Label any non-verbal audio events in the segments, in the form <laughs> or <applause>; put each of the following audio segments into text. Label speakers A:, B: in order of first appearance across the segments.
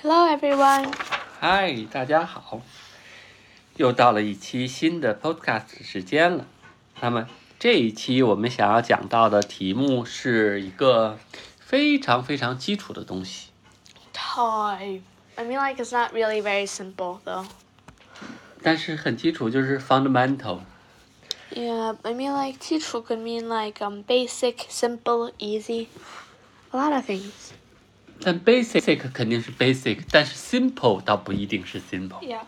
A: Hello everyone，
B: 嗨，大家好，又到了一期新的 podcast 时间了。那么这一期我们想要讲到的题目是一个非常非常基础的东西。
A: time. I mean, like it's not really very simple though.
B: 但是很基础，就是 fundamental。
A: Yeah, I mean, like 基础 could mean like um basic, simple, easy, a lot of things.
B: 但 basic 肯定是 basic，但是 simple 倒不一定是 simple。
A: Yeah.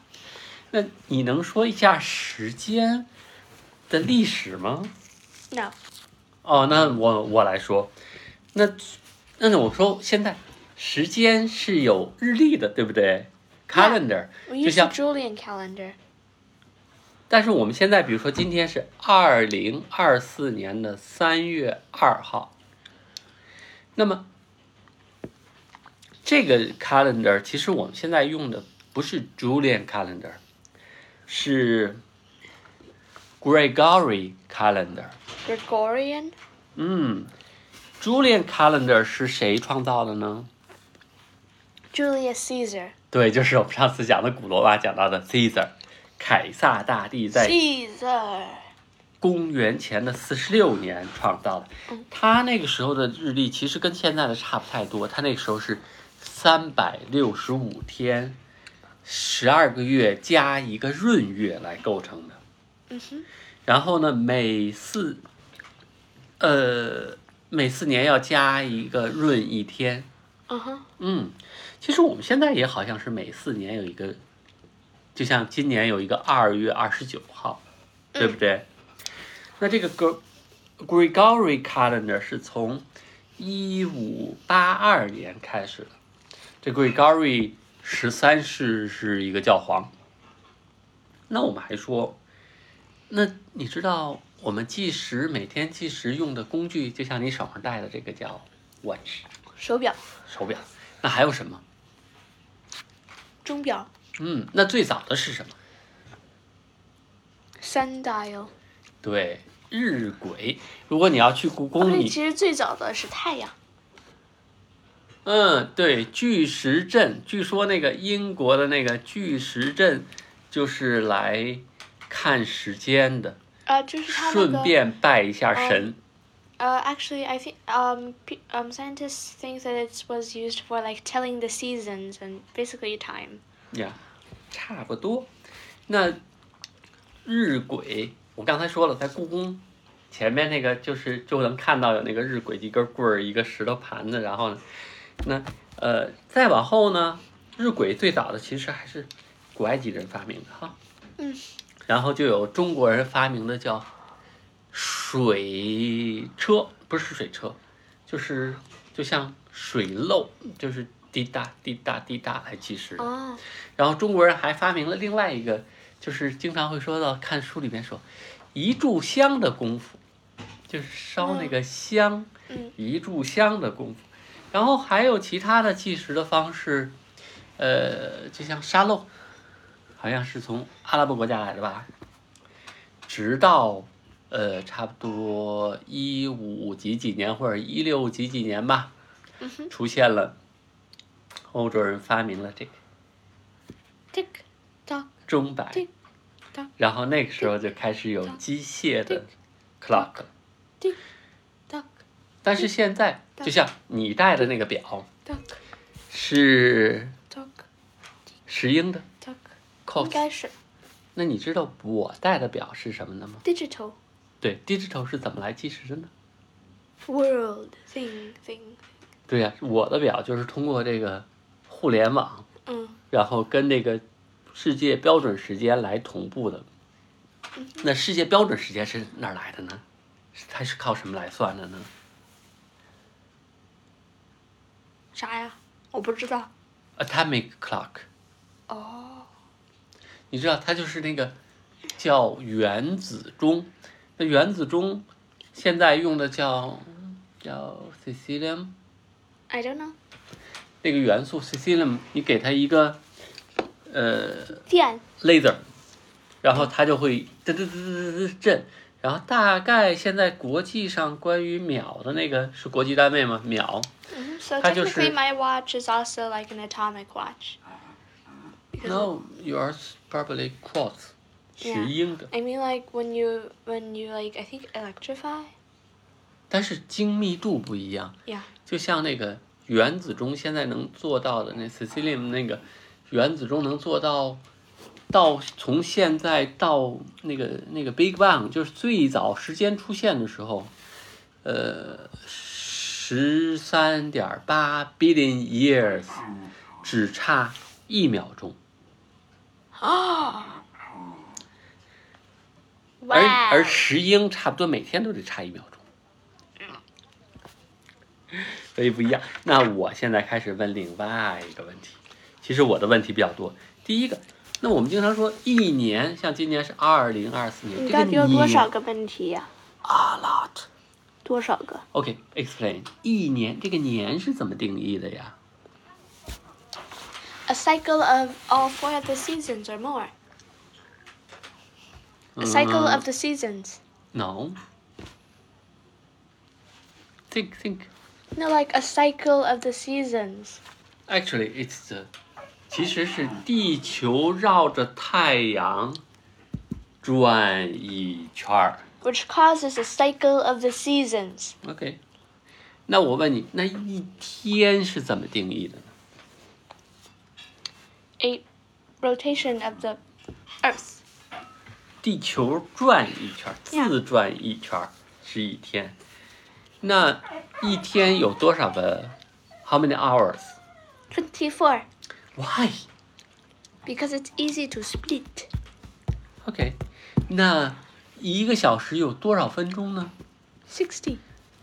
B: 那你能说一下时间的历史吗？
A: No.
B: 哦，那我我来说，那那我说现在时间是有日历的，对不对？calendar，
A: We
B: 就
A: use the
B: 像，
A: Julian calendar.
B: 但是我们现在比如说今天是二零二四年的三月二号，那么这个 calendar 其实我们现在用的不是 Julian calendar，是 Gregory calendar。
A: Gregorian.
B: 嗯，Julian calendar 是谁创造的呢？
A: Julius Caesar.
B: 对，就是我们上次讲的古罗马讲到的 Caesar，凯撒大帝在
A: Caesar.
B: 公元前的四十六年创造的。他那个时候的日历其实跟现在的差不太多，他那个时候是三百六十五天，十二个月加一个闰月来构成的。
A: 嗯哼。
B: 然后呢，每四，呃，每四年要加一个闰一天。
A: Uh huh.
B: 嗯，其实我们现在也好像是每四年有一个，就像今年有一个二月二十九号，对不对？那这个 Gre- Gregory calendar 是从一五八二年开始的，这 Gregory 十三世是一个教皇。那我们还说，那你知道我们计时每天计时用的工具，就像你手上戴的这个叫 watch。
A: 手表。
B: 手表。那还有什么？
A: 钟表。
B: 嗯，那最早的是什么？
A: Sundial。
B: 对，日晷。如果你要去故
A: Oh, 哦
B: 宫，你
A: 其实最早的是太阳。
B: 嗯，对，巨石阵。据说那个英国的那个巨石阵，就是来看时间的，
A: Uh,
B: 顺
A: 啊，就是它那个。
B: 便拜一下神。
A: Uh, actually, I think um, pe- um, scientists think that it was used for like telling the seasons and basically time.
B: 呀，差不多。那日晷，我刚才说了，在故宫前面那个就是就能看到有那个日晷，一根棍儿，一个石头盘子，然后呢，那呃再往后呢，日晷最早的其实还是古埃及人发明的哈。
A: 嗯。
B: 然后就有中国人发明的叫水车，不是水车，就是就像水漏，就是滴答滴答滴答哎来计时的。
A: Oh,
B: 然后中国人还发明了另外一个，就是经常会说到看书里面说，一炷香的功夫，就是烧那个香，
A: 嗯
B: 一炷香的功夫。然后还有其他的计时的方式，呃，就像沙漏，好像是从阿拉伯国家来的吧，直到。呃，差不多一五几几年或者一六几几年吧，
A: 嗯
B: 出现了欧洲人发明了这个
A: tick tock,
B: 钟摆，
A: 对当
B: 然后那个时候就开始有机械的 clock 了。
A: tick tock,
B: 但是现在，
A: 当
B: 就像你戴的那个表
A: tock,
B: 是
A: tock,
B: 石英的
A: tock.
B: cos，
A: 应该是
B: 那你知道我戴的表是什么的吗？
A: digital
B: 对，digital 是怎么来计时的呢？
A: world thing thing.
B: 对呀、我的表就是通过这个互联网，
A: Mm,
B: 然后跟这个世界标准时间来同步的。
A: 嗯
B: 那世界标准时间是哪儿来的呢？是它是靠什么来算的呢？
A: Oh, 嗯，啥呀？我不知道。哦，
B: atomic clock，你知道它就是那个叫原子钟，那原子钟现在用的叫叫 cesium
A: I don't know.
B: 那个元素 cesium，你给它一个呃 laser，然后它就会嘚嘚嘚嘚嘚嘚震，然后大概现在国际上关于秒的那个是国际单位吗？秒
A: hmm So
B: 它就是-
A: technically, my watch is also like an atomic watch. Because
B: ？No, yours probably quartz，是
A: Yeah
B: 英的，
A: I mean, like when you when you like I think electrify.
B: 但是精密度不一样。
A: Yeah.
B: 就像那个原子钟现在能做到的那 Cecilium 那个原子钟能做到到从现在到那个那个 Big Bang，就是最早时间出现的时候，呃，十三点八 billion years，只差一秒钟。而而
A: Wow.
B: 石英差不多每天都得差一秒钟，嗯所以不一样。那我现在开始问另外一个问题，其实我的问题比较多。第一个，那我们经常说一年，像今年是二零二四年，这个年
A: 个问题呀、
B: ？A lot。
A: 多少个
B: OK，explain、一年这个年是怎么定义的呀？
A: ？A cycle of all four of the seasons or more.
B: Uh-huh.
A: A cycle of the seasons.
B: no。Think, think.
A: No, like a cycle of the seasons.
B: Actually, it's the，其实是地球绕着太阳转一圈儿。
A: Which causes a cycle of the seasons.
B: OK，那我问你，那一天是怎么定义的呢？
A: A rotation of the Earth.
B: 地球转一圈儿，
A: Yeah.
B: 自转一圈儿是一天。那一天有多少个？How many hours?
A: Twenty-four.
B: Why?
A: Because it's easy to split.
B: OK，那一个小时有多少分钟呢？
A: Sixty.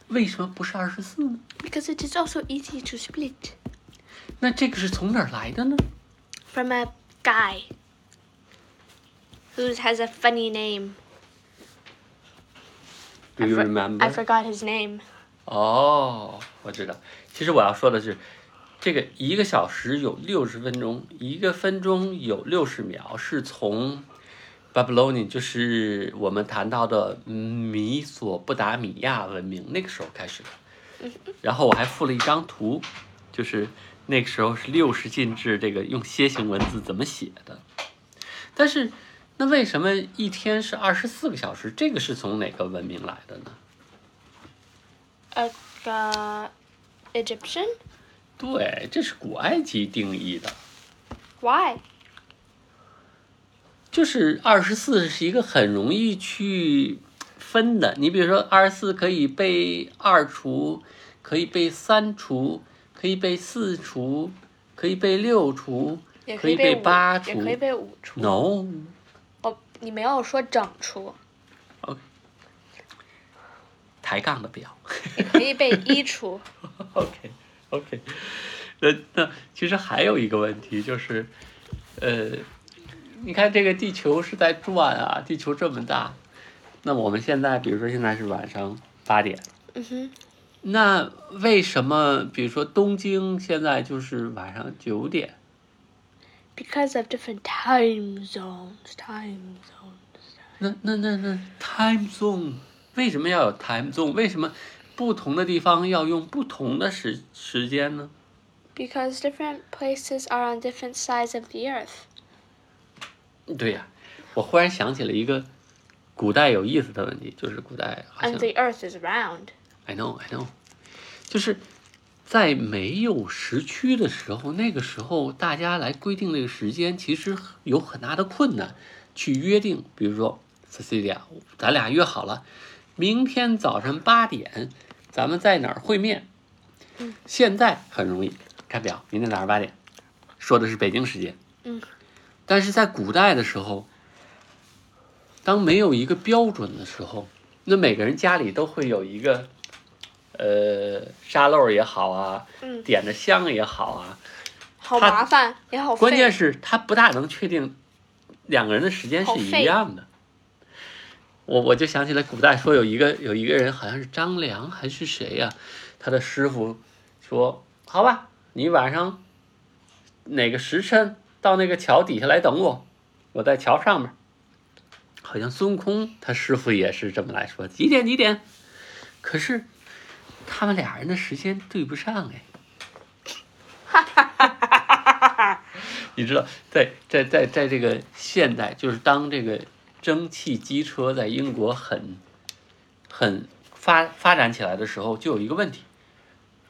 B: 为什么不是二十四呢？
A: Because it is also easy to split.
B: 那这个是从哪儿来的呢？
A: From a guy. Who has a funny name.
B: Do
A: I
B: you
A: for-
B: remember?
A: I forgot his name.
B: 哦，我知道。其实我要说的是，这个一个小时有六十分钟，一个分钟有六十秒，是从 Babylonian，就是我们谈到的米索不达米亚文明那个时候开始的。 <laughs> 然后我还附了一张图，就是那个时候是六十进制，这个用楔形文字怎么写的。但是，那为什么一天是二十四个小时？这个是从哪个文明来的呢？
A: A uh, Egyptian?
B: 对，这是古埃及定义的，
A: Why?
B: 就是二十四是一个很容易去分的。你比如说，二十四可以被二除，可以被三除，可以被四除，可以被六除，
A: 也可
B: 可
A: 以
B: 以
A: 被
B: 被
A: 五
B: 八
A: 也
B: 除。
A: 可以被五除。
B: No，
A: 哦，你没有说整除， <laughs>
B: 抬杠的不要。
A: 也可以被一除。
B: <laughs> OK OK，那那其实还有一个问题就是，呃，你看这个地球是在转啊，地球这么大，那我们现在比如说现在是晚上八点，
A: 嗯哼，
B: 那为什么比如说东京现在就是晚上九点？
A: Because of different time zones, time zones.
B: 那那那那 time zone 为什么要有 time zone？为什么不同的地方要用不同的时时间呢？
A: Because different places are on different sides of the earth.
B: 对呀、我忽然想起了一个古代有意思的问题，就是古代好像
A: And the earth is round.
B: I know I know，就是在没有时区的时候，那个时候大家来规定这个时间，其实有很大的困难去约定。比如说 Cecilia，咱俩约好了，明天早上八点咱们在哪儿会面？现在很容易，看表，明天早上八点，说的是北京时间。
A: 嗯，
B: 但是在古代的时候，当没有一个标准的时候，那每个人家里都会有一个，呃，沙漏也好啊，
A: 嗯
B: 点着香也好啊，
A: 好
B: 它
A: 麻烦，也好费。
B: 关键是他不大能确定两个人的时间是一样的。我我就想起来古代说有一个有一个人好像是张良还是谁呀、他的师傅说：“好吧，你晚上哪个时辰到那个桥底下来等我，我在桥上面。”好像孙悟空他师傅也是这么来说，几点几点。可是他们俩人的时间对不上哎。你知道，在在在在这个现代，就是当这个蒸汽机车在英国很很发发展起来的时候，就有一个问题，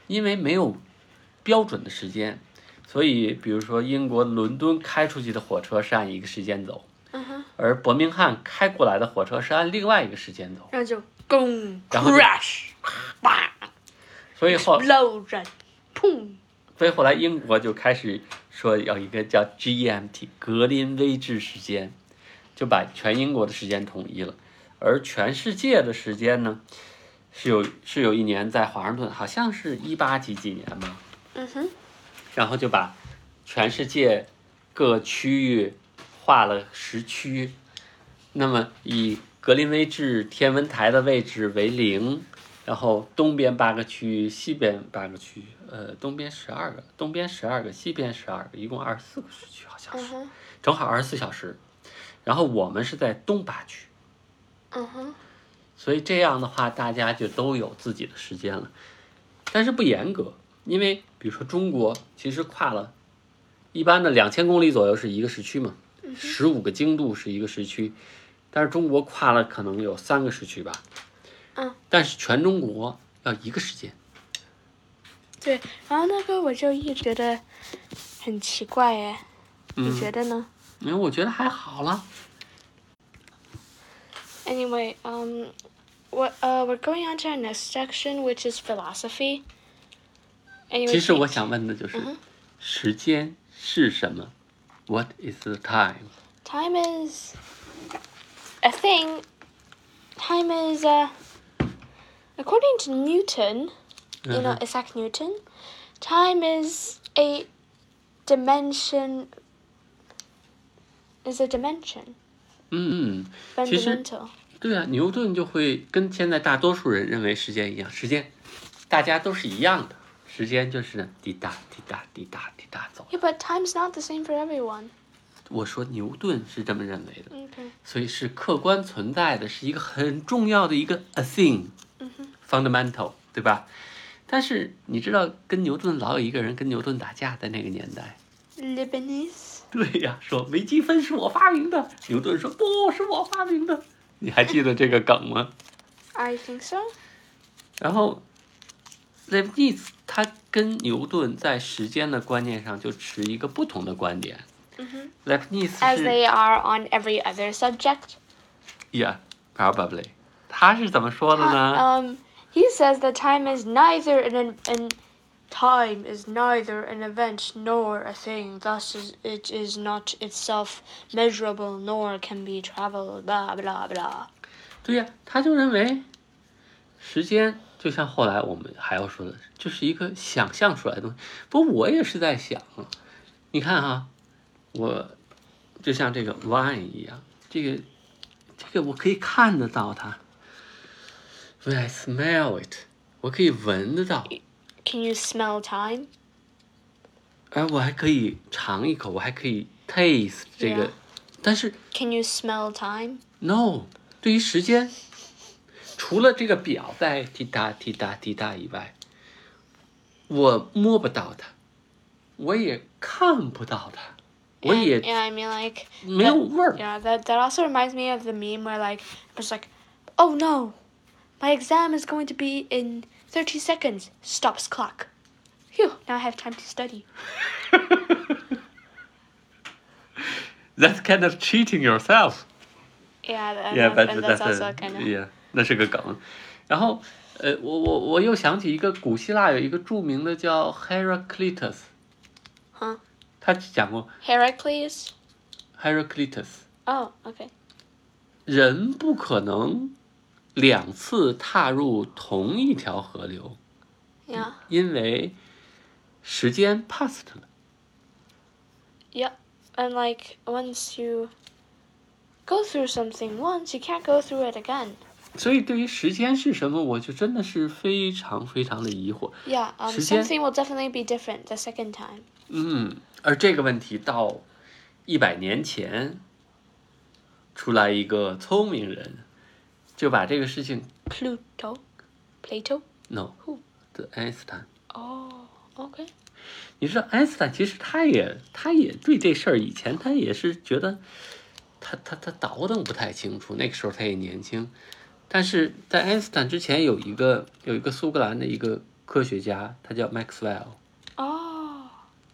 B: 因为没有标准的时间，所以比如说英国伦敦开出去的火车是按一个时间走，
A: 嗯哼，
B: 而伯明翰开过来的火车是按另外一个时间走，
A: 然后就咚
B: 然后就
A: ，crash，啪
B: 所以后
A: ，explosion，砰，
B: 所以后来英国就开始说要一个叫 GMT 格林威治时间，就把全英国的时间统一了，而全世界的时间呢，是有是有一年在华盛顿，好像是一八几几年吧，
A: 嗯哼，
B: 然后就把全世界各区域划了时区，那么以格林威治天文台的位置为零，然后东边八个区域，西边八个区域，呃，东边十二个，东边十二个，西边十二个，一共二十四个时区，好像
A: 嗯
B: 是，
A: 哼，
B: 正好二十四小时。然后我们是在东八区，
A: 嗯哼，
B: 所以这样的话，大家就都有自己的时间了，但是不严格，因为比如说中国其实跨了，一般的两千公里左右是一个时区嘛，十五个经度是一个时区，但是中国跨了可能有三个时区吧，
A: 嗯，
B: 但是全中国要一个时间，
A: 对，然后那个我就一直觉得很奇怪哎，你觉得呢
B: 因为我觉得还好了，
A: ？Anyway, um, what uh, we're going on to our next section, which is philosophy. Anyway,
B: 其实我想问的就是，时间是什么？What is the time？
A: time is a thing. Time is uh, according to Newton, you
B: Uh-huh.
A: know Isaac Newton, time is a dimension. Is a dimension
B: 嗯嗯，其实
A: fundamental.
B: 对啊，牛顿就会跟现在大多数人认为时间一样，时间大家都是一样的，时间就是滴答滴答滴答滴答走。
A: Yeah, but time's not the same for everyone.
B: 我说牛顿是这么认为的，
A: Okay.
B: 所以是客观存在的，是一个很重要的一个 a thing，fundamental，对吧？但是你知道，跟牛顿老有一个人跟牛顿打架，在那个年代。
A: Lebanese.
B: 对呀，说微积分是我发明的，牛顿说不是我发明的。你还记得这个梗吗？
A: I think so.
B: 然后 l e b n i z 他跟牛顿在时间的观念上就持一个不同的观点。l e b n i z
A: 嗯 As
B: 是
A: they are on every other subject.
B: yeah probably，他是怎么说的呢？
A: Um, he says that time is neither an, an, an time is neither an event nor a thing. Thus, is, it is not itself measurable nor can be traveled. Blah blah blah.
B: 对呀、他就认为时间就像后来我们还要说的，就是一个想象出来的东西。不过我也是在想，啊你看哈、啊我就像这个 wine 一样，这个这个我可以看得到它，when I smell it，我可以闻得到，
A: Can you smell time?
B: 而我还可以尝一口，我还可以 taste 这个
A: Yeah.
B: 但是
A: Can you smell time?
B: No，对于时间，除了这个表在滴答滴答滴答以外，我摸不到它，我也看不到它，我
A: And-
B: 也
A: yeah, I mean like
B: 没有
A: that-
B: 味儿。
A: Yeah, that that also reminds me of the meme where like I was like, oh no, my exam is going to be in thirty seconds. Stops clock. Phew! Now I have time to study.
B: That's kind of cheating yourself.
A: <laughs> Yeah, that,
B: Yeah,
A: that-
B: but
A: and that's
B: that's
A: also
B: a-
A: kind of
B: yeah，那是个梗。然后，呃，我我我又想起一个古希腊有一个著名的叫 Heraclitus，
A: Huh?
B: 他讲过
A: Heracles.
B: Heraclitus，
A: Oh, okay.
B: 人不可能两次踏入同一条河流，
A: Yeah.
B: 因为时间 past 了。
A: Yep. And like once you go through something once, you can't go through it again.
B: 所以对于时间是什么，我就真的是非常非常的疑惑。
A: Yeah. Um,
B: 时间-
A: something will definitely be different the second time.
B: 嗯，而这个问题到一百年前，出来一个聪明人，就把这个事情
A: Pluto, Plato.
B: no，
A: Who？
B: 对，爱因斯坦。
A: Oh, okay.
B: 你知道爱因斯坦其实他也他也对这事儿以前他也是觉得他他他倒腾不太清楚，那个时候他也年轻，但是在爱因斯坦之前有一个有一个苏格兰的一个科学家，他叫 Maxwell，
A: Oh,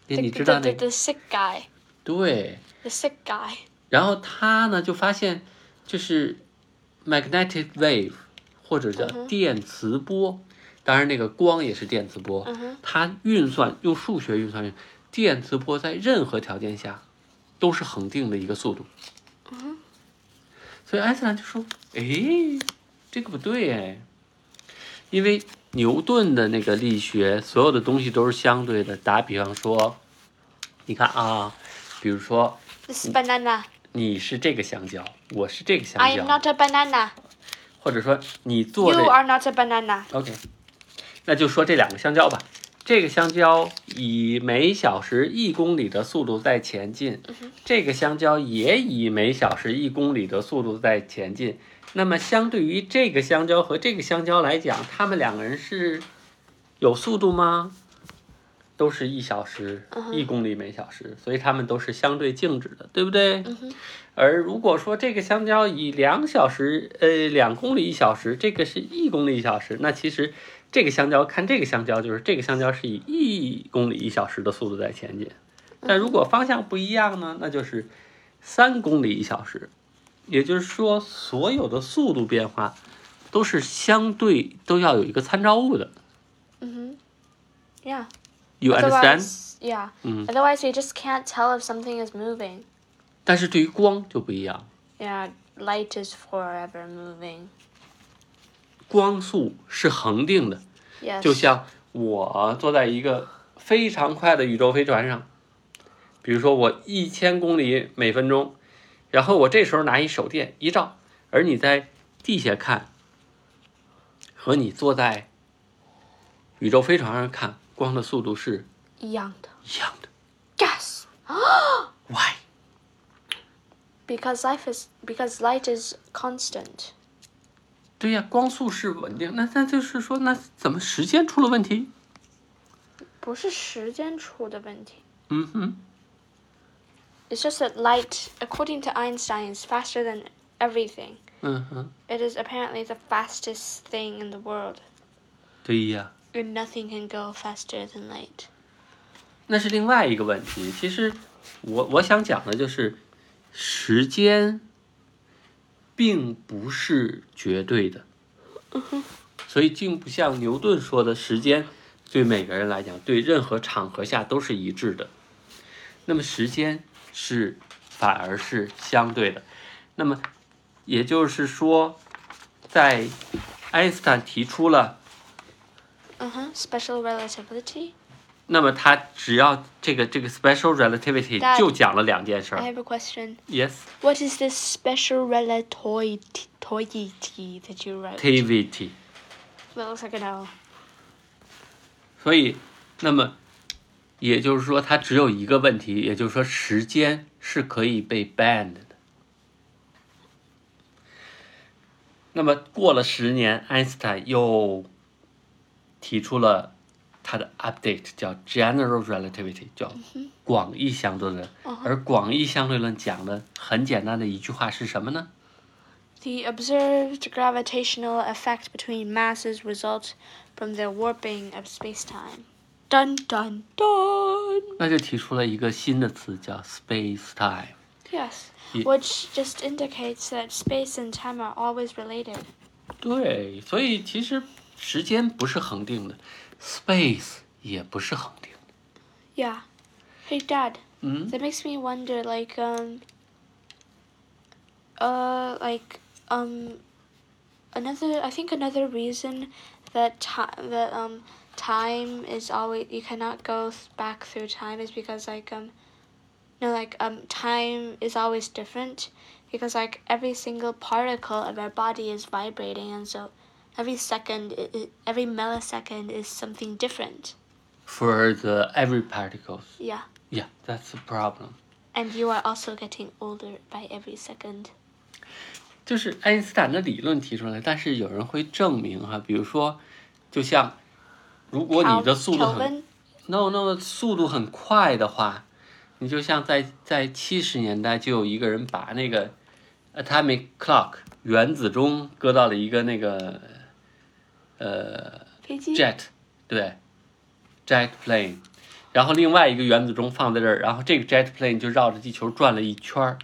B: 你
A: the,
B: 你
A: the,
B: 知道
A: the,
B: 那
A: the,
B: 个
A: sick guy,
B: 对，
A: the sick guy.
B: 然后他呢就发现就是 magnetic wave 或者叫电磁波，当然那个光也是电磁波，
A: 嗯哼
B: 它运算用数学运算，电磁波在任何条件下都是恒定的一个速度。所以爱因斯坦就说：“诶，这个不对哎，因为牛顿的那个力学，所有的东西都是相对的。打比方说，你看啊，比如说
A: This is banana.
B: 你是这个香蕉，我是这个香
A: I
B: 蕉
A: am not a banana.
B: 或者说你做
A: You
B: 的
A: are not a banana.
B: OK，那就说这两个香蕉吧。这个香蕉以每小时一公里的速度在前进，这个香蕉也以每小时一公里的速度在前进。那么，相对于这个香蕉和这个香蕉来讲，它们两个人是有速度吗？都是一小时一公里每小时，所以它们都是相对静止的，对不对？而如果说这个香蕉以两小时，呃，两公里一小时，这个是一公里一小时，那其实这个香蕉看这个香蕉，就是这个香蕉是以一公里一小时的速度在前进。但如果方向不一样呢，那就是三公里一小时。也就是说，所有的速度变化都是相对都要有一个参照物的。
A: Mm-hmm. Yeah.
B: You
A: 啊
B: understand？
A: Otherwise, yeah.
B: Mhm.
A: Otherwise, you just can't tell if something is moving.
B: 但是对于光就不一样，
A: Yeah, light is forever moving.
B: 光速是恒定的。
A: Yes.
B: 就像我坐在一个非常快的宇宙飞船上，比如说我一千公里每分钟，然后我这时候拿一手电一照，而你在地下看，和你坐在宇宙飞船上看，光的速度是
A: 一样的。
B: 一样的。
A: Yes.
B: Why？
A: Because life is because light is constant.
B: 对呀、光速是稳定，那那就是说，那怎么时间出了问题？
A: 不是时间出的问题。
B: 嗯哼，
A: It's just that light, according to Einstein, is faster than everything.
B: 嗯哼，
A: It is apparently the fastest thing in the world,
B: 对呀、
A: and nothing can go faster than light.
B: 那是另外一个问题。其实我我想讲的就是，时间并不是绝对的，所以并不像牛顿说的，时间对每个人来讲，对任何场合下都是一致的。那么时间是反而是相对的。那么也就是说，在爱因斯坦提出了
A: Uh huh. Special relativity.
B: 那么他只要这个这个 special relativity
A: Dad，
B: 就讲了两件事
A: I
B: 儿
A: have a question.
B: ，yes
A: What is this special relativity that you wrote?
B: t v t
A: That looks like an L.
B: 所以，那么也就是说，它只有一个问题，也就是说，时间是可以被 banned 的。那么过了十年，爱因斯坦又提出了他的 update，叫 general relativity，叫广义相对论。而广义相对论讲的很简单的一句话是什么呢？
A: The observed gravitational effect between masses results from their warping of space-time. Dun dun dun.
B: 那就提出了一个新的词，叫 space time。
A: Yes,
B: Ye-
A: which just indicates that space and time are always related.
B: 对，所以其实时间不是恒定的，space 也不是恒定的。
A: Yeah. Hey, Dad.
B: 嗯
A: That makes me wonder, like, um, uh, like, um, another. I think another reason that time that um time is always you cannot go th- back through time is because like um, no, like um, time is always different because like every single particle of our body is vibrating, and so every second, i i every millisecond is something different.
B: ，for the every particles,
A: Yeah.
B: yeah, that's the problem.
A: And you are also getting older by every second.
B: 就是爱因斯坦的理论提出来，但是有人会证明哈、比如说，就像如果你的速度
A: 调
B: 很
A: 温
B: no no 速度很快的话，你就像在在七十年代就有一个人把那个 atomic clock 原子钟搁到了一个那个呃
A: 飞机
B: jet 对 jet plane，然后另外一个原子钟放在这儿，然后这个 jet plane 就绕着地球转了一圈儿，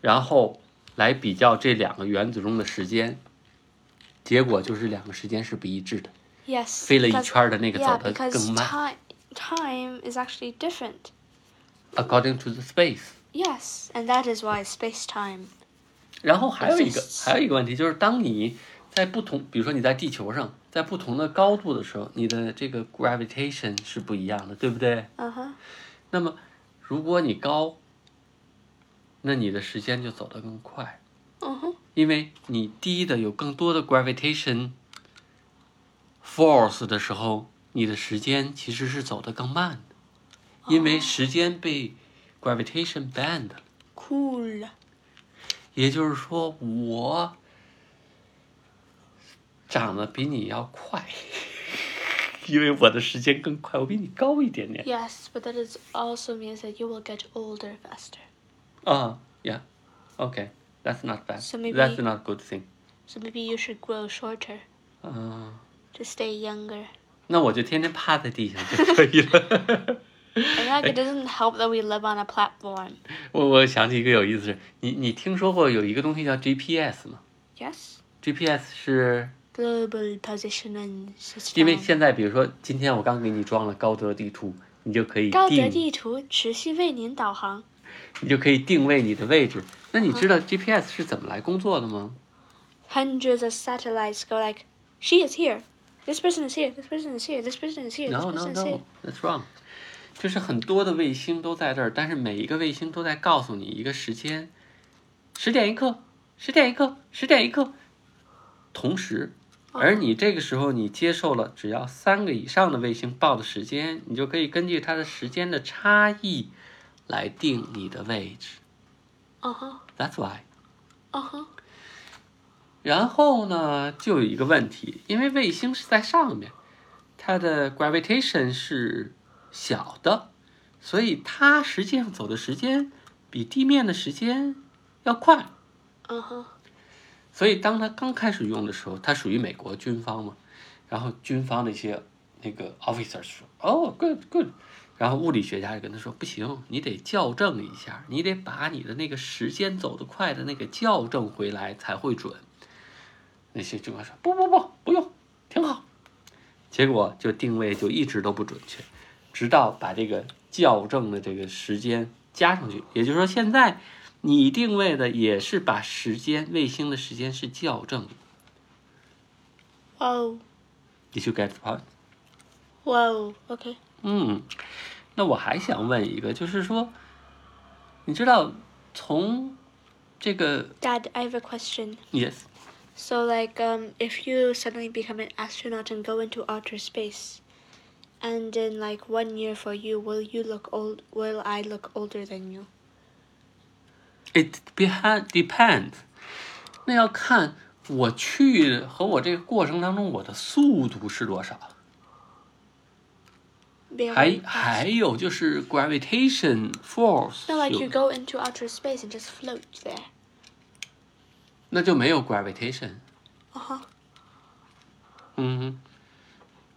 B: 然后来比较这两个原子钟的时间，结果就是两个时间是不一致的，
A: yes
B: 飞了一
A: because-
B: 圈儿的那个
A: yeah
B: 走得
A: because
B: 更慢。
A: time time is actually different
B: According to the space。
A: yes and that is why space time
B: 然后还有一个
A: Exists
B: 还有一个问题就是，当你在不同，比如说你在地球上，在不同的高度的时候，你的这个 gravitation 是不一样的，对不对？
A: 嗯哼
B: 那么如果你高，那你的时间就走得更快，
A: 嗯哼
B: 因为你低的有更多的 gravitation force 的时候，你的时间其实是走得更慢的，因为时间被 gravitation band 了。
A: cool
B: 也就是说，我长得比你要快，因为我的时间更快，我比你高一点点
A: yes but that is also means that you will get older faster
B: 啊。Yeah, okay, that's not bad.
A: So maybe-
B: That's not good thing.
A: so maybe you should grow shorter
B: 嗯、
A: to stay younger
B: 那我就天天趴在地上就可以了。 <laughs>
A: and like it doesn't help that we live on a platform
B: 我我想起一个有意思的，你你听说过有一个东西叫 GPS 吗
A: yes
B: ？GPS 是
A: global position and system
B: 因为现在，比如说今天我刚给你装了高德地图，你就可以
A: 高德
B: 定
A: 地图持续为您导航。
B: 你就可以定位你的位置。那你知道 GPS 是怎么来工作的吗？
A: Hundreds of satellites go like, she is here, this person is here, this person is here, this person is here, this
B: No, no,
A: person is here.
B: no, that's wrong。就是很多的卫星都在这儿，但是每一个卫星都在告诉你一个时间，十点一刻，十点一刻，十点一刻，同时。而你这个时候，你接受了只要三个以上的卫星报的时间，你就可以根据它的时间的差异来定你的位置。
A: 啊哈，
B: That's why。
A: 啊哈，
B: 然后呢，就有一个问题，因为卫星是在上面，它的 gravitation 是小的，所以它实际上走的时间比地面的时间要快。
A: 啊哈，
B: 所以当它刚开始用的时候，它属于美国军方嘛，然后军方那些那个 officer 说，哦、g o o d good，然后物理学家就跟他说，不行，你得校正一下，你得把你的那个时间走得快的那个校正回来才会准。那些军官说，不不不，不用，挺好。结果就定位就一直都不准确，直到把这个校正的这个时间加上去，也就是说现在你定位的也是把时间卫星的时间是校正的。
A: 哇哦，
B: Did you get the point？
A: 哇哦，OK，
B: 嗯，那我还想问一个，就是说，你知道从这个
A: Dad, I have a question.
B: yes
A: So like, um, if you suddenly become an astronaut and go into outer space, and in like one year for you, will you look old? Will I look older than you?
B: it behind depends，那要看我去和我这个过程当中我的速度是多少，
A: Be
B: 还
A: aware.
B: 还有就是 gravitation force，
A: No, like you
B: 有
A: go into outer space and just float there.
B: 那就没有 gravitation。
A: Uh huh.
B: 嗯，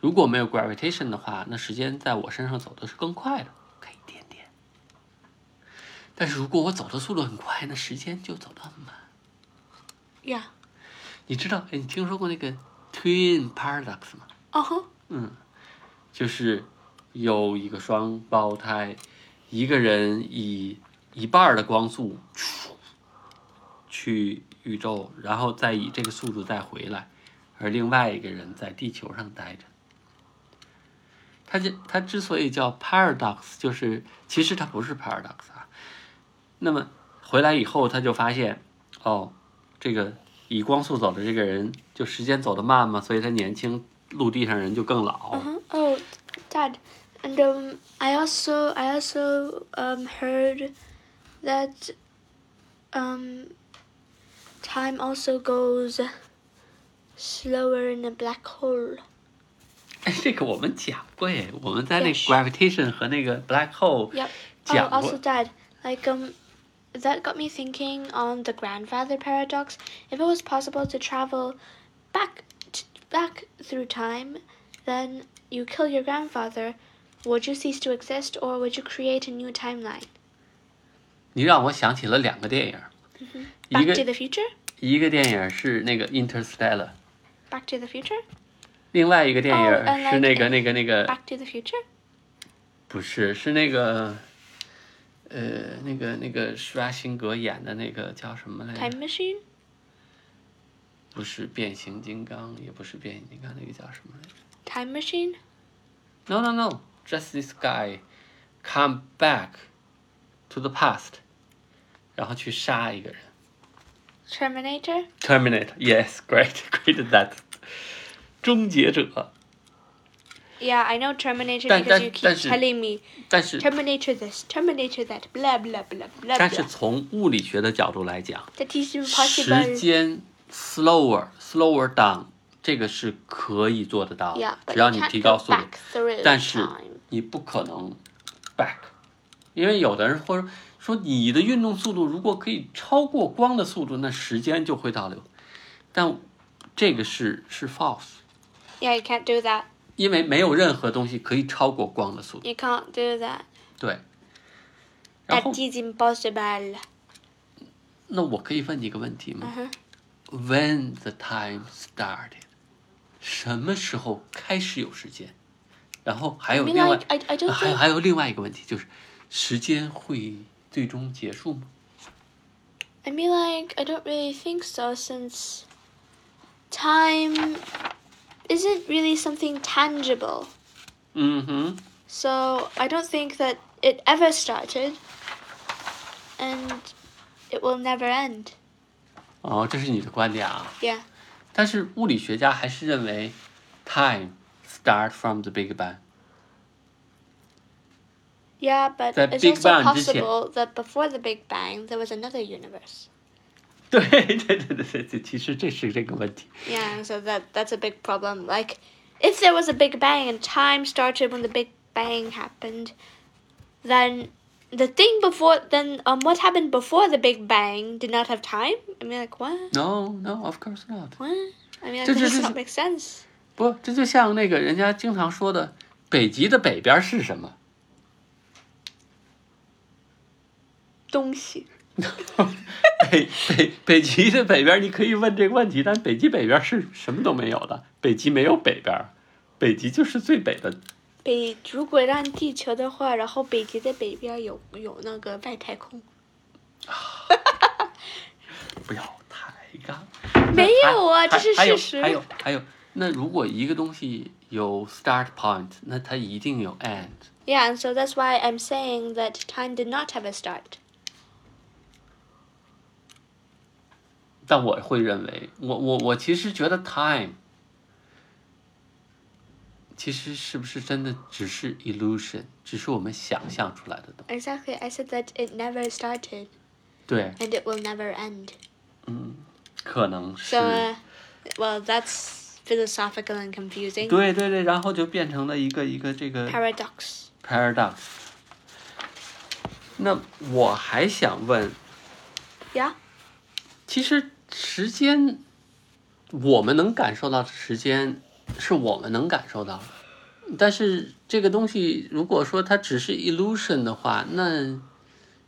B: 如果没有 gravitation 的话，那时间在我身上走的是更快的，可以一点点。但是如果我走的速度很快，那时间就走得很慢。
A: Yeah.
B: 你知道，哎，你听说过那个 twin paradox 吗？
A: Uh huh.
B: 就是有一个双胞胎，一个人以一半儿的光速去宇宙，然后再以这个速度再回来，而另外一个人在地球上待着。它这它之所以叫 paradox，就是其实它不是 paradox 啊。那么回来以后，他就发现，哦，这个以光速走的这个人，就时间走得慢嘛，所以他年轻，陆地上人就更老。
A: Uh-huh. Oh, Dad, and um, I also I also um heard that um Time also goes slower in a black hole.
B: 哎， <laughs> 这个我们讲过耶，我们在那
A: Yes.
B: gravitation 和那个 black hole
A: Yep. Oh,
B: 讲过
A: also, Dad, like, um, that got me thinking on the grandfather paradox. If it was possible to travel back, t- back through time, then you kill your grandfather. Would you cease to exist, or would you create a new timeline?
B: 你让我想起了两个电影儿，一
A: Back to
B: 个
A: the future.
B: 一个电影儿是那个 Interstellar，
A: Back to the future.
B: 另外一个电影
A: 哦呃
B: 儿是那
A: 那个
B: 个那个那个
A: Back to the future.
B: 不是是那个，呃，那个那个施瓦辛格演的那个叫什么来着
A: Time？machine.
B: 不是变形金刚，也不是变形金刚，那个叫什么来着
A: Time machine.
B: ？No no no，just this guy come back to the past，然后去杀一个人。
A: Terminator.
B: Terminate. Yes, great, <laughs> great. That. 终结者，
A: Yeah, I know Terminator
B: Dun,
A: because
B: dun,
A: you keep
B: dun, dun.
A: telling me
B: 但是
A: Terminator this, Terminator that, blah blah blah blah.
B: 但是
A: blah.
B: 从物理学的角度来讲，
A: That is
B: 时
A: impossible.
B: 间 slower slower down 这个是可以做得到的
A: Yeah,
B: 只
A: but
B: 要
A: you
B: 你
A: can't
B: 提高
A: go
B: 速度，
A: back through
B: 但是
A: time.
B: 你不可能 back，因为有的人或者说你的运动速度如果可以超过光的速度，那时间就会倒流，但这个是是 false，
A: Yeah, you can't do that.
B: 因为没有任何东西可以超过光的速度。
A: You can't do that.
B: 对，然
A: That
B: 后
A: is impossible. Uh-huh.
B: 那我可以问你一个问题吗、
A: 嗯
B: w h e n the time started？什么时候开始有时间？然后还有
A: I mean,
B: 另外
A: like, I, I don't
B: 还有
A: think.
B: 还有另外一个问题就是，时间会最终结束吗？
A: I mean, like, I don't really think so since time isn't really something tangible.
B: 嗯哼，
A: So I don't think that it ever started, and it will never end.
B: 哦，这是你的观点啊。
A: Yeah.
B: 但是物理学家还是认为，time start from the Big Bang。
A: Yeah, but
B: The
A: it's
B: Big
A: also
B: Bang 之前-
A: possible that before the Big Bang there was another universe.
B: 对对对对对对，其实这是这个问题。
A: Yeah, and so that that's a big problem. Like, if there was a Big Bang and time started when the Big Bang happened, then the thing before then um what happened before the Big Bang did not have time. I mean, like what?
B: No, no, of course not.
A: What? I mean, like,
B: This
A: that does
B: is-
A: not make sense.
B: 不，这就像那个人家经常说的，北极的北边是什么？ <laughs>
A: 东西。
B: 北北北极的北边，你可以问这个问题，但北极北边是什么都没有的，北极没有北边，北极就是最北的。
A: 北如果让地球的话，然后北极的北边有有那个外太空，
B: 不要抬杠。
A: 没有啊，这
B: 还
A: 是
B: 还有
A: 事实。
B: 还有还有，那如果一个东西有 start point，那它一定有 end。
A: Yeah, and so that's why I'm saying that time did not have a start.
B: 但我会认为，我我我其实觉得 time，其实是不是真的只是 illusion，只是我们想象出来的东西？
A: Exactly, I said that it never started
B: 对，
A: and it will never end.
B: 嗯可能是
A: So,。uh, well, that's philosophical and confusing.
B: 对对对，然后就变成了一个一个这个
A: Paradox.
B: paradox。那我还想问，
A: Yeah.
B: 其实时间，我们能感受到的时间，是我们能感受到的。但是这个东西，如果说它只是 illusion 的话，那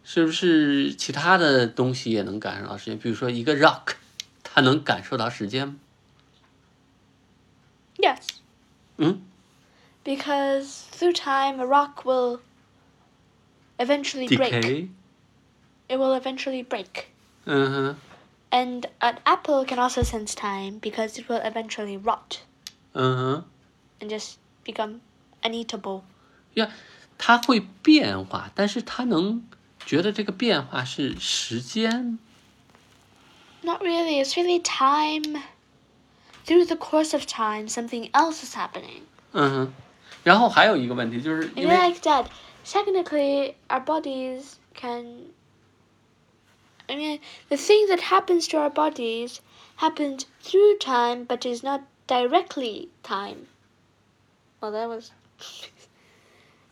B: 是不是其他的东西也能感受到时间？比如说一个 rock，它能感受到时间吗？
A: Yes.
B: 嗯
A: Because through time, a rock will eventually break.
B: ，decay，
A: It will eventually break.
B: 嗯哼，
A: And an apple can also sense time because it will eventually rot
B: 嗯哼。
A: and just become uneatable.
B: 呀，它会变化，但是它能觉得这个变化是时间。
A: Not really, it's really time. Through the course of time, something else is happening.
B: 嗯哼，然后还有一个问题就是因
A: And
B: 为
A: like that, technically, our bodies can I mean, the thing that happens to our bodies happens through time, but is not directly time. Well, that was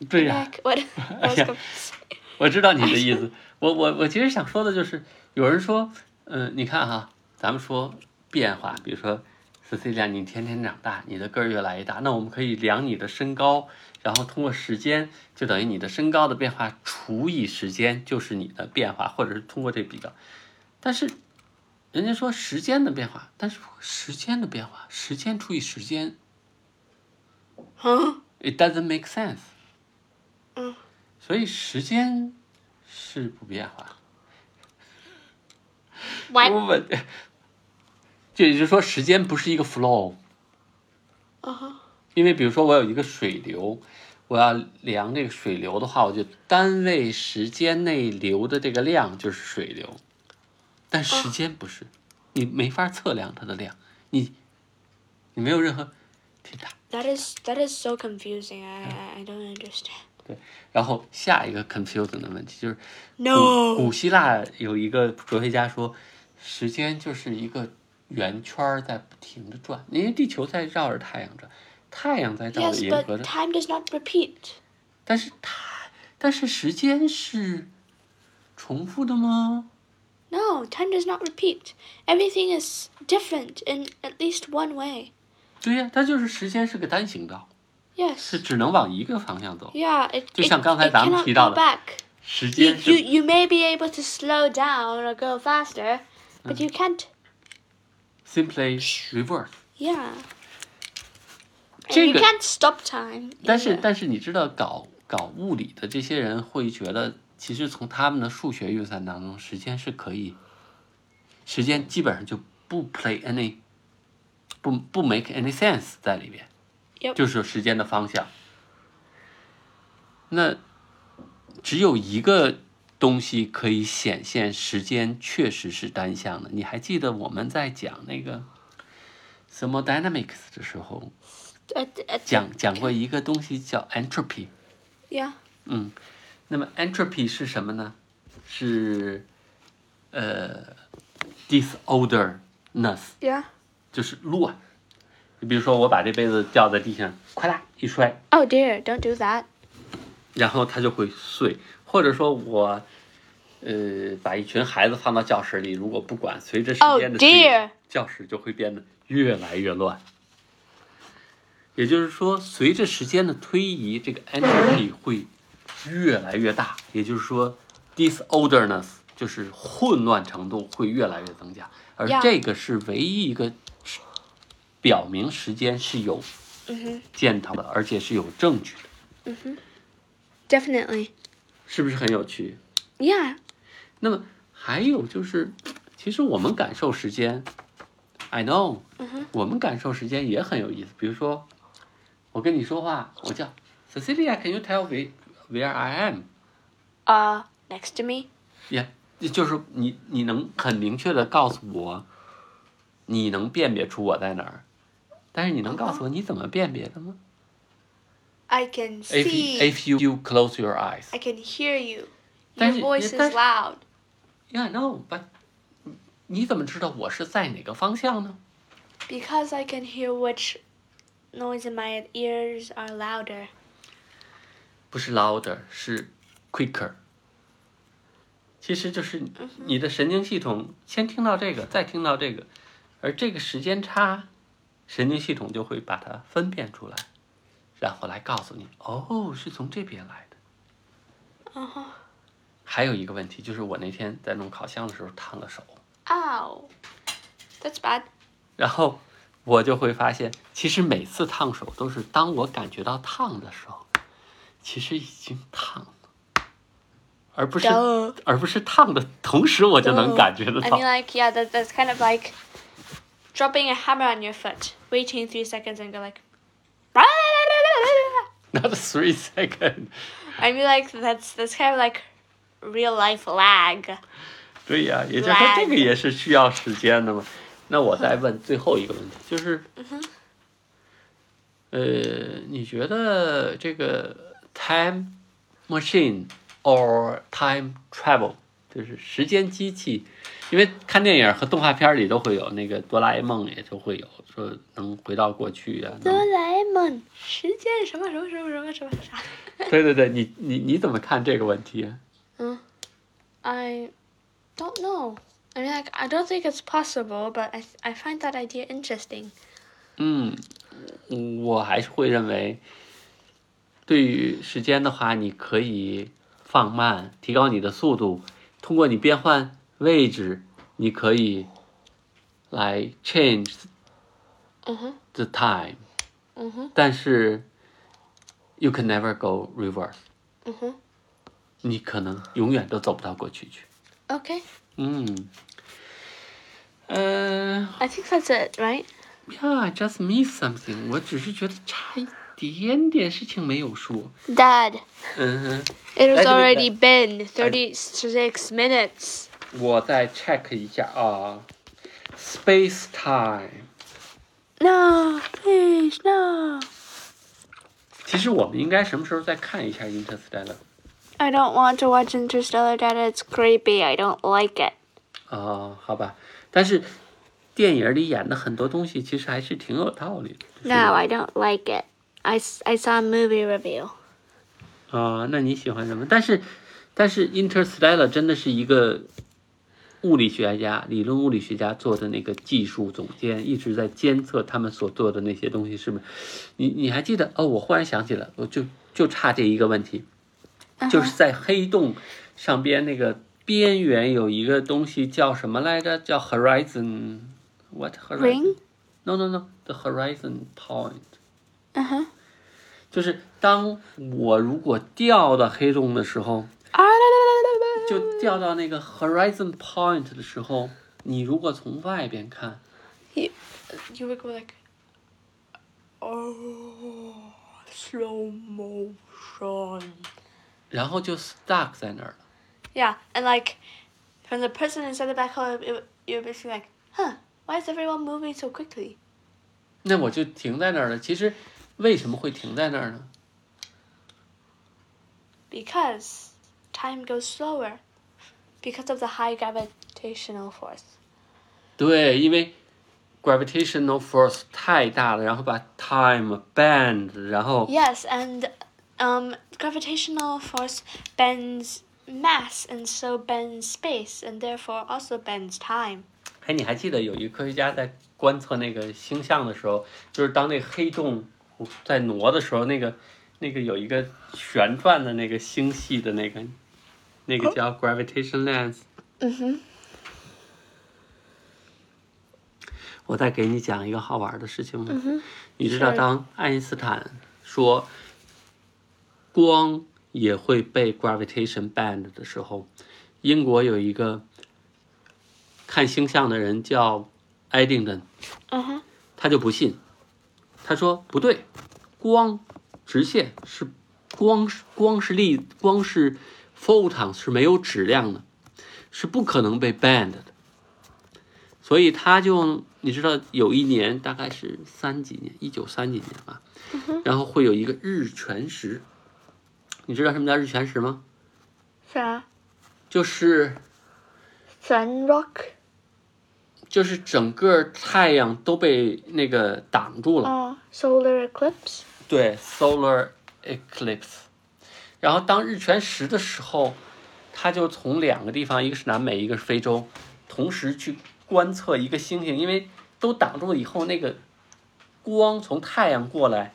B: 对
A: <laughs>
B: 呀、
A: heck. What I was
B: Yeah.
A: gonna say.
B: 我知道你的意思。我我我其实想说的就是，有人说，嗯、你看哈，咱们说变化，比如说 Cecilia，你天天长大，你的个儿越来越大，那我们可以量你的身高，然后通过时间，就等于你的身高的变化除以时间，就是你的变化，或者是通过这比较。但是人家说时间的变化，但是时间的变化，时间除以时间
A: Huh?
B: ，it doesn't make sense。
A: 嗯，
B: 所以时间是不变化。
A: What?
B: 我们， <laughs> 就也就是说，时间不是一个 flow。
A: Uh huh.
B: 因为比如说，我有一个水流，我要量这个水流的话，我就单位时间内流的这个量就是水流，但时间不是，你没法测量它的量，你你没有任何天大。
A: That is that is so confusing. I I, I don't understand.
B: 然后下一个 confusing 的问题就是，古
A: No.
B: 古希腊有一个哲学家说，时间就是一个圆圈儿在不停的转，因为地球在绕着太阳转，太阳在绕着
A: Yes,
B: 银河
A: but
B: 转，
A: time does not repeat.
B: 但是它但是时间是重复的吗？
A: No, time does not repeat. Everything is different in at least one way.
B: 对呀、它就是时间是个单行道， <laughs>
A: Yes.
B: 是只能往一个方向走。
A: Yeah, it, it,
B: 就像刚才
A: it
B: 咱们
A: cannot
B: 提到的，
A: go back.
B: 时
A: You,
B: 间
A: you
B: 是
A: you may be able to slow down or go faster, but you can't.
B: simply reverse。
A: Yeah. And
B: 这
A: you
B: 个
A: can't stop time.
B: 但是
A: either.
B: 但是你知道搞搞物理的这些人会觉得，其实从他们的数学运算当中，时间是可以，时间基本上就不 play any，不不 make any sense 在里边
A: Yep
B: 就是有时间的方向。那只有一个东西可以显现时间确实是单向的。你还记得我们在讲那个 thermodynamics 的时候，
A: At, at,
B: 讲讲过一个东西叫 entropy。
A: yeah.
B: 嗯，那么 entropy 是什么呢？是呃 disorderness，
A: Yeah.
B: 就是乱。你比如说，我把这杯子掉在地上，咵啦一摔，
A: Oh dear! Don't do that.
B: 然后它就会碎。或者说我呃把一群孩子放到教室里，如果不管，随着时
A: Oh
B: 间的推移
A: dear
B: 教室就会变得越来越乱。也就是说，随着时间的推移，这个 entropy 会越来越大，也就是说，disorderness 就是混乱程度会越来越增加，而
A: Yeah
B: 这个是唯一一个表明时间是有
A: Mm-hmm.
B: 见到的，而且是有证据的，
A: Definitely.
B: 是不是很有趣？
A: Yeah.
B: 那么还有就是，其实我们感受时间，I know，、我们感受时间也很有意思。比如说，我跟你说话，我叫 Cecilia，Can you tell where where I am？
A: Uh, next to me.
B: 也、就是你你能很明确的告诉我，你能辨别出我在哪儿，但是你能告诉我你怎么辨别的吗
A: I can
B: ？If
A: see.
B: if you you close your eyes。
A: I can hear you. Your
B: 但是-
A: voice is
B: 但是-
A: loud.
B: Yeah, I know, but 你你怎么知道我是在哪个方向呢？
A: Because I can hear which noise in my ears are louder.
B: 不是 louder，是 quicker。其实就是你的神经系统先听到这个，再听到这个，而这个时间差，神经系统就会把它分辨出来，然后来告诉你，哦，是从这边来的。还有一个问题就是，我那天在弄烤箱的时候烫了手，
A: Ow. That's bad.
B: 然后我就会发现，其实每次烫手都是当我感觉到烫的时候，其实已经烫了，而不是
A: Duh.
B: 而不是烫的同时我就能
A: Duh.
B: 感觉得
A: I
B: 到
A: mean,。like, yeah, that, that's kind of like dropping a hammer on your foot, waiting three seconds and go like. <laughs> I
B: Not three second。
A: mean, like, that's, that's kind of like real life lag.
B: 对呀、也就是说
A: Lag
B: 这个也是需要时间的嘛。那我再问最后一个问题，就是，呃，你觉得这个 time machine or time travel 就是时间机器，因为看电影和动画片里都会有那个哆啦 A 梦也就会有说能回到过去啊。
A: 哆
B: 能
A: 啦 A 梦时间什么什么什么什么什么啥？
B: 对对对，你你你怎么看这个问题啊？
A: 嗯，I don't know. I mean, like, I don't think it's possible, but I I find that idea interesting.
B: 嗯，我还是会认为，对于时间的话，你可以放慢，提高你的速度，通过你变换位置，你可以来 change
A: 嗯哼，
B: the time，
A: 嗯哼，
B: 但是 you can never go reverse，
A: 嗯哼。
B: 你可能永远都走不到过去去。
A: Okay,
B: 嗯，呃
A: I think that's it, right?
B: ，Yeah，I just miss something，我只是觉得差一点点事情没有说。
A: Dad,
B: 嗯哼。
A: it has
B: Dad,
A: already been thirty six minutes.
B: 我再 check 一下啊，space time。
A: No, please, no.
B: 其实我们应该什么时候再看一下 Interstellar
A: I don't want to watch Interstellar Data. It's creepy. I don't like it.
B: 啊？好吧，但是电影里演的很多东西其实还是挺有道理的。是
A: No,
B: 吧
A: I don't like it. I, s- I saw a movie review.
B: 啊，那你喜欢什么？但是但是 Interstellar 真的是一个物理学家、理论物理学家做的那个技术总监，一直在监测他们所做的那些东西是不是？你你还记得？哦，我忽然想起了，我就就差这一个问题。就是在黑洞上边那个边缘有一个东西叫什么来着？叫 horizon。What horizon?
A: Ring?
B: No no no, the horizon point。
A: Uh huh.
B: 就是当我如果掉到黑洞的时候，
A: Ah,
B: 就掉到那个 horizon point 的时候，你如果从外边看，
A: You would go like, oh, slow motion.
B: 然后就 stuck 在那儿了。
A: Yeah, and like, from the person inside the black hole, it, would- it would be like, huh, why is everyone moving so quickly?
B: 那我就停在那儿了。其实为什么会停在那儿呢？
A: Because time goes slower because of the high gravitational force.
B: 对，因为 gravitational force 太大了，然后把 time bend，然后
A: Yes, and um, gravitational force bends mass and so bends space and therefore also bends time.
B: 哎，你还记得有一个科学家在观测那个星象的时候，就是当那个黑洞在挪的时候，那个那个有一个旋转的那个星系的那个那个叫 gravitation lens。
A: Mm-hmm.
B: 我再给你讲一个好玩的事情吧。
A: 嗯哼
B: 你知道，
A: 是
B: 当爱因斯坦说光也会被 gravitation band 的时候，英国有一个看星象的人叫爱丁顿，
A: Uh-huh.
B: 他就不信，他说不对，光直线是光是光是粒光是 photon 是没有质量的，是不可能被 band 的。所以他就你知道有一年大概是三几年，一九三几年吧，然后会有一个日全食，你知道什么叫日全食吗？就是就是整个太阳都被那个挡
A: Oh.
B: 住了，
A: Uh, solar eclipse.
B: 对，solar eclipse。然后当日全食的时候，它就从两个地方，一个是南美，一个是非洲，同时去观测一个星星，因为都挡住了以后，那个光从太阳过来，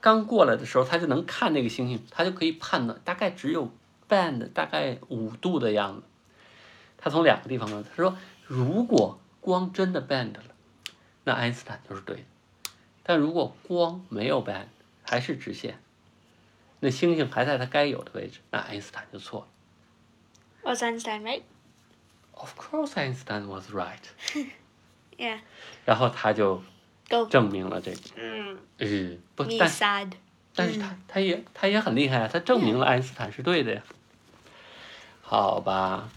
B: 刚过来的时候，它就能看那个星星，它就可以判断大概只有 band 大概五度的样子。他从两个地方呢，他说如果光真的 band 了，那爱因斯坦就是对的。但如果光没有 band，还是直线，那星星还在它该有的位置，那爱因斯坦就错了。
A: Was Einstein Oh, right?
B: Of course, Einstein was right。
A: Yeah.
B: 然后他就
A: Go. Mm,
B: 证明了这个，嗯，不，
A: Me
B: 但
A: sad.
B: 但是他他也他也很厉害啊，他证明了爱因斯坦是对的呀。好吧，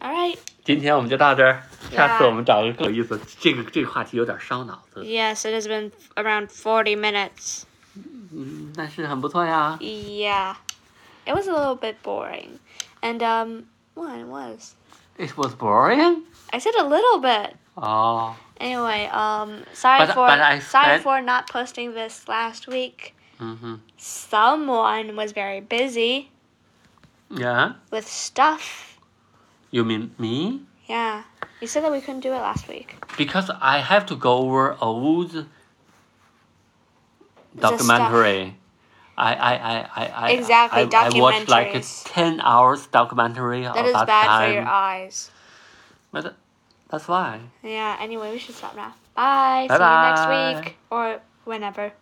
A: All right.
B: 今天我们就到这儿，下次
A: Yeah
B: 我们找个更有意思。这个这个话题有点烧脑子，
A: Yes, it has been around 40 minutes.
B: 嗯，但是很不错呀。
A: Yeah. It was a little bit boring. And um Well, it was.
B: It was boring.
A: I said a little bit.
B: Oh,
A: Anyway, um, sorry
B: But-
A: for
B: but I
A: sorry
B: spent-
A: for not posting this last week.
B: mm-hmm.
A: Someone was very busy
B: Yeah.
A: with stuff.
B: You mean me?
A: Yeah, you said that we couldn't do it last week.
B: Because I have to go over old documentary. I I I I I
A: Exactly,
B: I, I watched like a
A: documentaries.
B: ten hours documentary
A: That
B: Oh,
A: is
B: about
A: bad
B: time.
A: for your eyes.
B: But that's why.
A: Yeah. Anyway, we should stop now. Bye. See you
B: Bye-bye.
A: next week or whenever.